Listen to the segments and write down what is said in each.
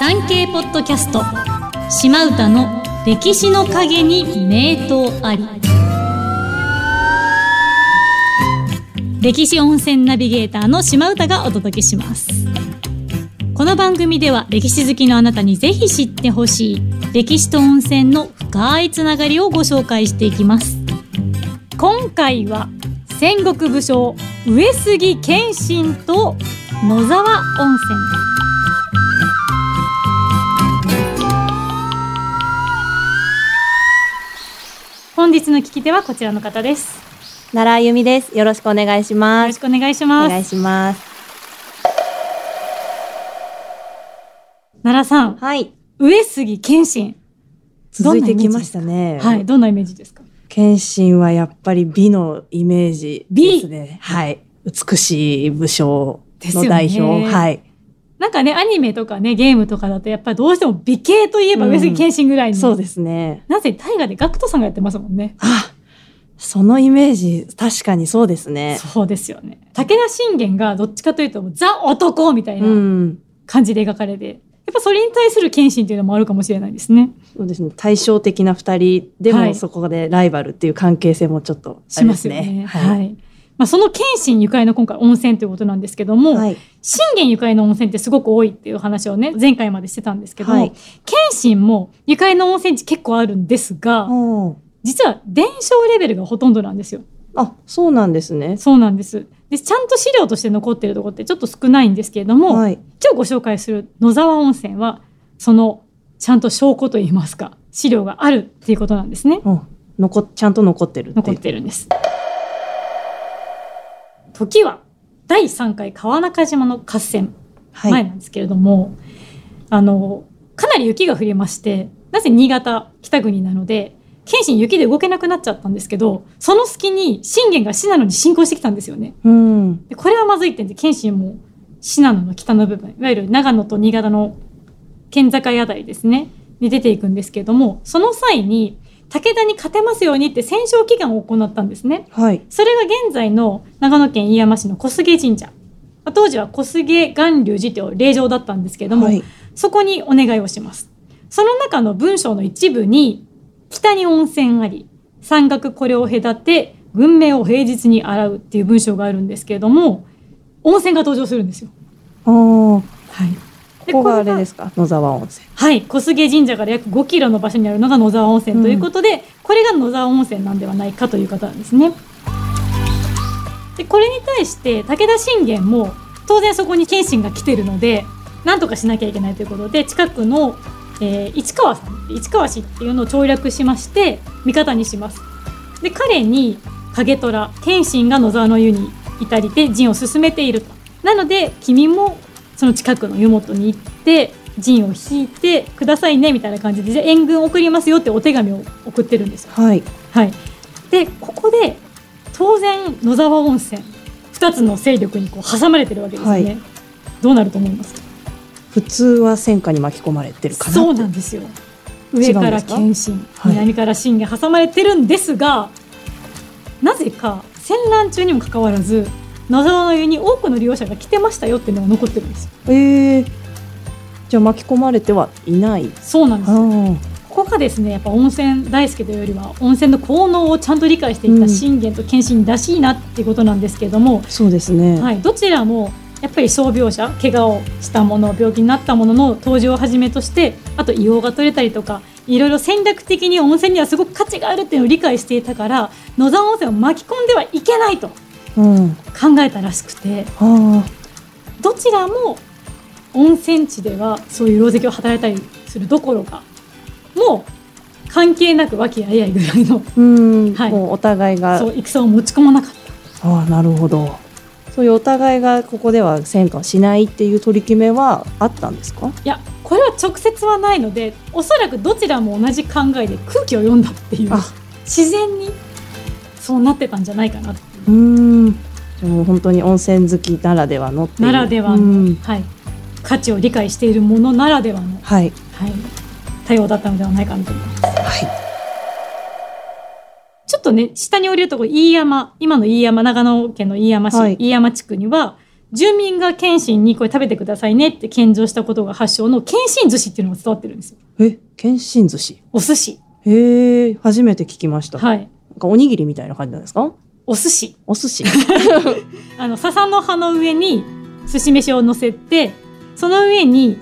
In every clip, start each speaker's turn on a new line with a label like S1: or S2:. S1: 産経ポッドキャスト島唄の歴史の陰に名刀あり歴史温泉ナビゲーターの島唄がお届けしますこの番組では歴史好きのあなたにぜひ知ってほしい歴史と温泉の深いつながりをご紹介していきます今回は戦国武将上杉謙信と野沢温泉本日の聞き手はこちらの方です
S2: 奈良由美です。よろしくお願いし
S1: よ
S2: ま
S1: ろし
S2: す。
S1: くお願いし
S2: お
S1: ま
S2: 願い
S1: す
S2: します。
S1: 奈良さん
S2: はい。
S1: 上杉謙信
S2: 続いてきましたね。
S1: はい。どんなイメージですか
S2: 謙信はやっぱり美のイメージですね。はい。美しい武将
S1: ですよ
S2: の
S1: ね
S2: 代表。はい。
S1: なんかねアニメとかねゲームとかだとやっぱりどうしても美形といえば上杉謙信ぐらいに、
S2: そうですね。
S1: なぜ大河でガクトさんがやってますもんね
S2: あ、そのイメージ、確かにそうですね。。
S1: そうですよね武田信玄がどっちかというとザ男みたいうなん感じで描かれて、やっぱそれに対する謙信っていうのもあるかもしれないですね
S2: そうですね。対照的な二人で
S1: はい
S2: もそこでライバルっていう関係性もちょっとあ
S1: し
S2: れで
S1: ます
S2: す
S1: よ
S2: ね。
S1: ねはい、まあ、その謙信ゆかりの今回温泉ということなんですけども、
S2: はい。
S1: 信玄ゆかりの温泉ってすごく多いっていう話をね前回までしてたんですけども、
S2: はい
S1: 謙信もゆかりの温泉地結構あるんですが
S2: おー
S1: 実は伝承レベルがほとんどなんですよ
S2: あ、そうなんですね。
S1: そうなんですでちゃんと資料として残ってるところってちょっと少ないんですけれども、
S2: はい。
S1: 今日ご紹介する野沢温泉はそのちゃんと証拠といいますか資料があるっていうことなんですね
S2: うん残っちゃんと残ってるっていう
S1: 残ってるんです時は第3回川中島の合戦
S2: はい、
S1: 前なんですけれども、あのかなり雪が降りましてなぜ新潟北国なので謙信雪で動けなくなっちゃったんですけどその隙に信玄が信濃に侵攻してきたんですよね。
S2: うん。
S1: でこれはまずいってんで謙信も信濃の北の部分いわゆる長野と新潟の県境あたりですねに出ていくんですけれどもその際に武田に勝てますようにって戦勝祈願を行ったんですね。
S2: はい。
S1: それが現在の長野県飯山市の小菅神社まあ当時は小菅巌流寺という霊場だったんですけれども、
S2: はい。
S1: そこにお願いをしますその中の文章の一部に北に温泉あり山岳これを隔て軍名を平日に洗うっていう文章があるんですけれども温泉が登場するんですよ。
S2: あー
S1: はい、
S2: ここがあれですか野沢温泉。
S1: はい、小菅神社から約5キロの場所にあるのが野沢温泉ということで、これが野沢温泉なんではないかという方なんですね。でこれに対して武田信玄も当然そこに謙信が来てるのでなんとかしなきゃいけないということで近くの、えー市川さん市川市っていうのを調略しまして味方にします。で彼に影虎謙信が野沢の湯にいたりで陣を進めていると。なので君もその近くの湯本に行って陣を引いてくださいねみたいな感じでじゃあ援軍送りますよってお手紙を送ってるんですよ。
S2: はい。
S1: はい、でここで当然野沢温泉2つの勢力にこう挟まれてるわけですよね。
S2: はい
S1: どうなると思います
S2: 普通は戦火に巻き込まれてるかな。
S1: そうなんですよ上から謙信、
S2: はい
S1: 南から信玄挟まれてるんですがなぜか戦乱中にもかかわらず野沢の湯に多くの利用者が来てましたよっていうのが残ってるんですよ
S2: ええじゃあ巻き込まれてはいない。
S1: そうなんです
S2: あ
S1: よ
S2: ー
S1: ここがですねやっぱ温泉大好きというよりは温泉の効能をちゃんと理解していた信玄と謙信らしいなっていうことなんですけれども、
S2: そうですね。
S1: はい、どちらもやっぱり傷病者怪我をしたもの病気になったものの登場をはじめとしてあと硫黄が取れたりとかいろいろ戦略的に温泉にはすごく価値があるっていうのを理解していたから野沢温泉を巻き込んではいけないと考
S2: うん。あ
S1: えたらしくて
S2: あ
S1: どちらも温泉地ではそういう狼藉を働いたりするどころかもう関係なく和気あいあいぐらいの
S2: ー。うん、
S1: はい
S2: もうお互いが。
S1: そう戦を持ち込まなかった。
S2: ああ、なるほど。そういうお互いがここでは戦火をしないっていう取り決めはあったんですか。
S1: いやこれは直接はないのでおそらくどちらも同じ考えで空気を読んだっていう
S2: あ
S1: 自然にそうなってたんじゃないかなっていう
S2: うーん。じゃあもう本当に温泉好きならではのっていう。
S1: ならでは
S2: う
S1: の、
S2: ん
S1: はい、価値を理解しているものならではの、
S2: はい。
S1: はい、対応だったのではないかなと思います
S2: はい。
S1: ちょっとね下に降りるとこ飯山今の飯山長野県の飯山市、
S2: はい
S1: 飯山地区には住民が謙信にこれ食べてくださいねって献上したことが発祥の謙信寿司っていうのが伝わってるんですよ。
S2: え、謙信寿司。
S1: お寿司。
S2: へえ、初めて聞きました。
S1: はい。
S2: なんかおにぎりみたいな感じなんですか
S1: お寿司。
S2: お寿司。
S1: あの、笹の葉の上に寿司飯を乗せて、その上に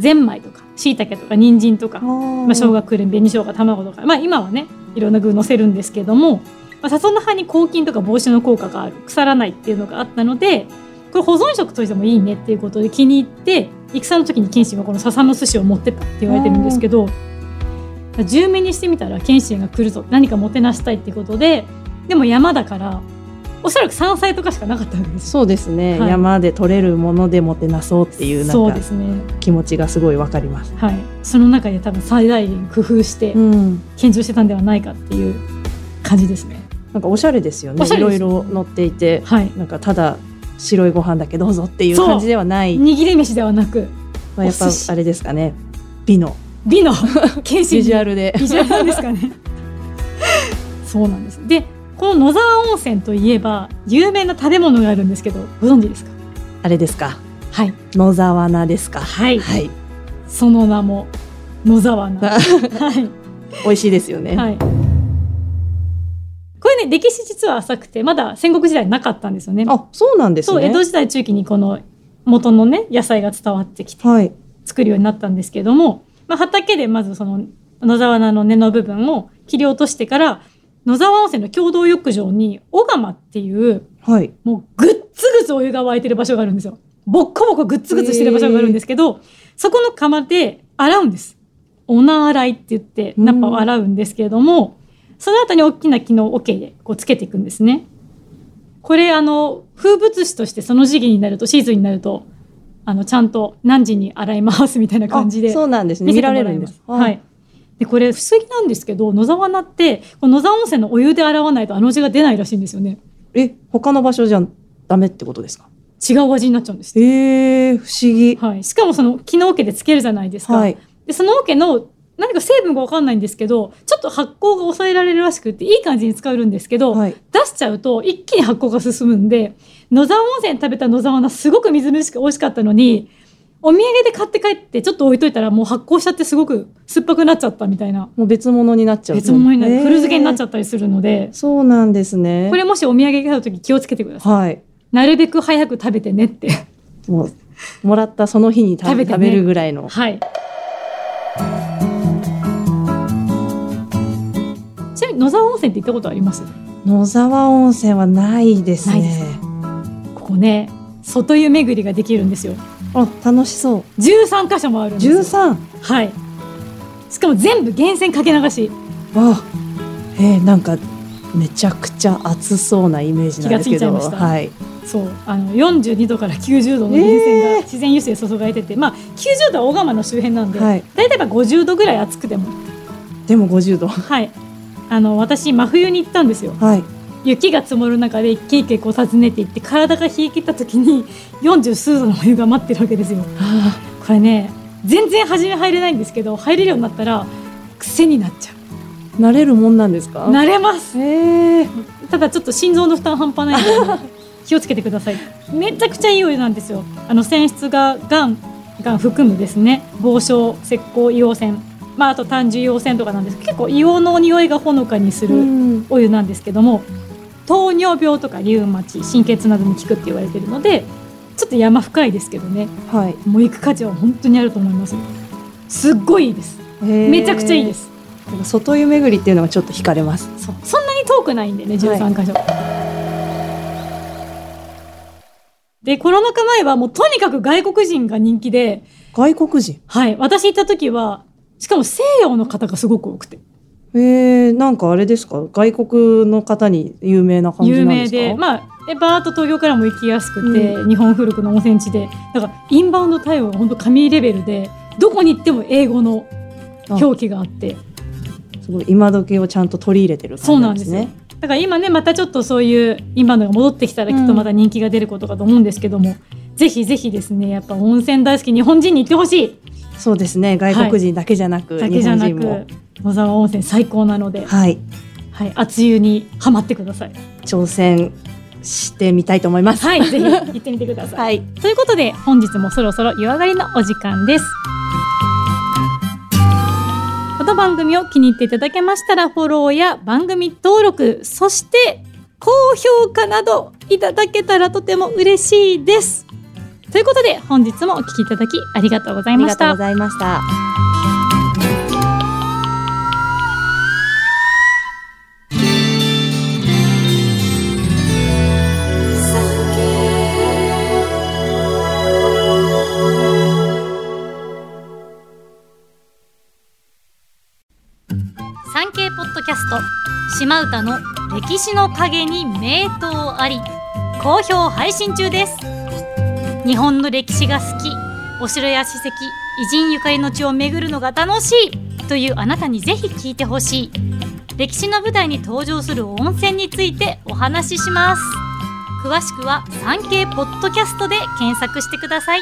S1: ゼンマイとか、椎茸とか、人参とか、ま
S2: ま
S1: あ、生姜くるみ紅生姜卵とか、まあ、今はねいろんな具乗せるんですけども、まあ、笹の葉に抗菌とか防止の効果がある腐らないっていうのがあったのでこれ保存食としてもいいねっていうことで気に入って戦の時に謙信はこの笹の寿司を持ってったって言われてるんですけど住民にしてみたら謙信が来るぞ何かもてなしたいっていうことででも山だからおそらく山菜とかしかなかったんですよ。
S2: そうですね、
S1: はい
S2: 山で取れるものでもてなそうっていうな
S1: そうんで
S2: か
S1: すね、
S2: 気持ちがすごいわかります。
S1: はい、その中で多分最大限工夫して
S2: うん、
S1: 献上してたんではないかっていう感じですね。
S2: なんかおしゃれですよね。
S1: おしゃ
S2: い
S1: れです
S2: ろいろ乗っていて、
S1: はい、
S2: なんかただ白いご飯だけどうぞっていう
S1: そう
S2: 感じではない。
S1: 握り飯ではなく
S2: まあ、やっぱ
S1: お寿司
S2: あれですかね。美の
S1: 美 の謙信
S2: ビジュア
S1: ル
S2: ルで。
S1: ビジュアルなんですかね そうなんですでこの野沢温泉といえば有名な食べ物があるんですけどご存知ですか
S2: あれですか。
S1: はい
S2: 野沢菜ですか。
S1: はい
S2: はい。
S1: その名も野沢菜 はい
S2: 美味しいですよね。
S1: はいこれね歴史実は浅くてまだ戦国時代なかったんですよね
S2: あ、そうなんです
S1: そう江
S2: ね。
S1: 戸時代中期にこの元のね野菜が伝わってきて
S2: はい。
S1: 作るようになったんですけども、まあ、畑でまずその野沢菜の根の部分を切り落としてから野沢温泉の共同浴場に小釜っていう
S2: はい。
S1: もうぐっつぐつお湯が沸いてる場所があるんですよ。ボッコボコぐっつぐつしてる場所があるんですけど、そこの釜で洗うんです。おな洗いって言って、
S2: うん
S1: ナッパを洗うんですけれども、その後に大きな木の桶でこうつけていくんですね。これあの、風物詩としてその時期になると、シーズンになると、あの、ちゃんと何時に洗い回すみたいな感じで
S2: あ。そうなんですね。
S1: 見
S2: 見
S1: せて
S2: ら
S1: もら
S2: れ
S1: えま
S2: る
S1: す
S2: んです。
S1: は。い。で、これ不思議なんですけど、野沢菜って、この野沢温泉のお湯で洗わないとあの味が出ないらしいんですよね。
S2: え、他の場所じゃダメってことですか。
S1: 違う味になっちゃうんです。
S2: えー、不思議。
S1: はい、しかもその木の桶でつけるじゃないですか、
S2: はい。
S1: でその桶の何か成分が分かんないんですけどちょっと発酵が抑えられるらしくっていい感じに使えるんですけど、
S2: はい。
S1: 出しちゃうと一気に発酵が進むんで野沢温泉食べた野沢菜すごくみずみずしく美味しかったのにお土産で買って帰ってちょっと置いといたらもう発酵しちゃってすごく酸っぱくなっちゃったみたいな
S2: もう別物になっちゃう。
S1: 別物になる、
S2: えー
S1: 古漬けになっちゃったりするので
S2: そうなんですね。
S1: これもしお土産買う時気をつけてください
S2: はい。
S1: なるべく早く食べてねって
S2: もう、もらったその日に食べ
S1: 食べてね
S2: 食べるぐらいの。
S1: はい。ちなみに野沢温泉って行ったことあります？
S2: 野沢温泉はないです
S1: ないです
S2: ね。
S1: ここね、外湯巡りができるんですよ。
S2: あ、楽しそう。
S1: 13箇所もあるんですよ。
S2: 十三。
S1: はい。しかも全部源泉かけ流し
S2: あ。えー、なんか。めちゃくちゃ暑そうなイメージなんですけ
S1: 気がついちゃい
S2: ど。
S1: ました
S2: はい。
S1: そうあの42度から90度の源泉が自然油性注がれてて、まあ90度は小釜の周辺なんで、
S2: はい。
S1: 大体は50度ぐらい熱くても
S2: でも五十度。
S1: はいあの私真冬に行ったんですよ
S2: はい。
S1: 雪が積もる中で一軒一軒こう訪ねていって体が冷え切った時に40数度のお湯が待ってるわけですよ
S2: あ
S1: これね全然初め入れないんですけど入れるようになったら癖になっちゃ
S2: ー慣れるもんなんですか。
S1: う慣れます
S2: えー、
S1: ただちょっと心臓の負担半端ないので気をつけてくださいめちゃくちゃいいお湯なんですよあの泉質ががんがん含むですね防消石膏硫黄泉まああと単純硫黄泉とかなんですけど結構硫黄の匂いがほのかにす
S2: う
S1: る
S2: ん。
S1: お湯なんですけども糖尿病とかリウマチ神経痛などに効くって言われてるのでちょっと山深いですけどね
S2: はい。。
S1: もう行く価値は本当にあると思いますすっごいいいですめちゃくちゃいいですす、
S2: なんか外湯巡りっていうのがちょっと惹かれます。
S1: そうそんなに遠くないんでね13箇所、でコロナ禍前はもうとにかく外国人が人気で
S2: 外国人。
S1: はい私行った時はしかも西洋の方がすごく多くて
S2: えー、なんかあれですか外国の方に有名な感じ
S1: 有
S2: なんで
S1: 名
S2: すか
S1: で、まあ、えバーッと東京からも行きやすくて、
S2: う
S1: 日本古くの温泉地でだからインバウンド対応が本当神レベルでどこに行っても英語の表記があって
S2: すごい今時をちゃんと取り入れてる
S1: そうな
S2: 感
S1: んで
S2: じですす
S1: よ
S2: ね。
S1: だから今ねまたちょっとそういうインバウンドが戻ってきたらきっとまた人気が出ることかと思うんですけども、ぜひぜひですねやっぱ温泉大好き日本人に行ってほしい
S2: そうですね外国人だけじゃなく、
S1: だけ
S2: 日
S1: じゃ
S2: 本
S1: な
S2: 人
S1: く。
S2: も
S1: 野沢温泉最高なので、
S2: はい
S1: はい、熱湯にはまってください。
S2: 挑戦してみたいと思います。
S1: はい、ぜひ行ってみてください。
S2: はい、
S1: ということで本日もそろそろ湯上がりのお時間です。この番組を気に入っていただけましたらフォローや番組登録そして高評価などいただけたらとても嬉しいです。ということで本日もお聞きいただきありがとうござ
S2: あ
S1: い
S2: り
S1: ま
S2: が
S1: し
S2: とう
S1: た
S2: ご。ざいました。
S1: 産経ポッドキャスト島唄の歴史の陰に名刀あり好評配信中です日本の歴史が好きお城や史跡偉人ゆかりの地を巡るのが楽しいというあなたにぜひ聞いてほしい歴史の舞台に登場する温泉についてお話しします詳しくは産経ポッドキャストで検索してください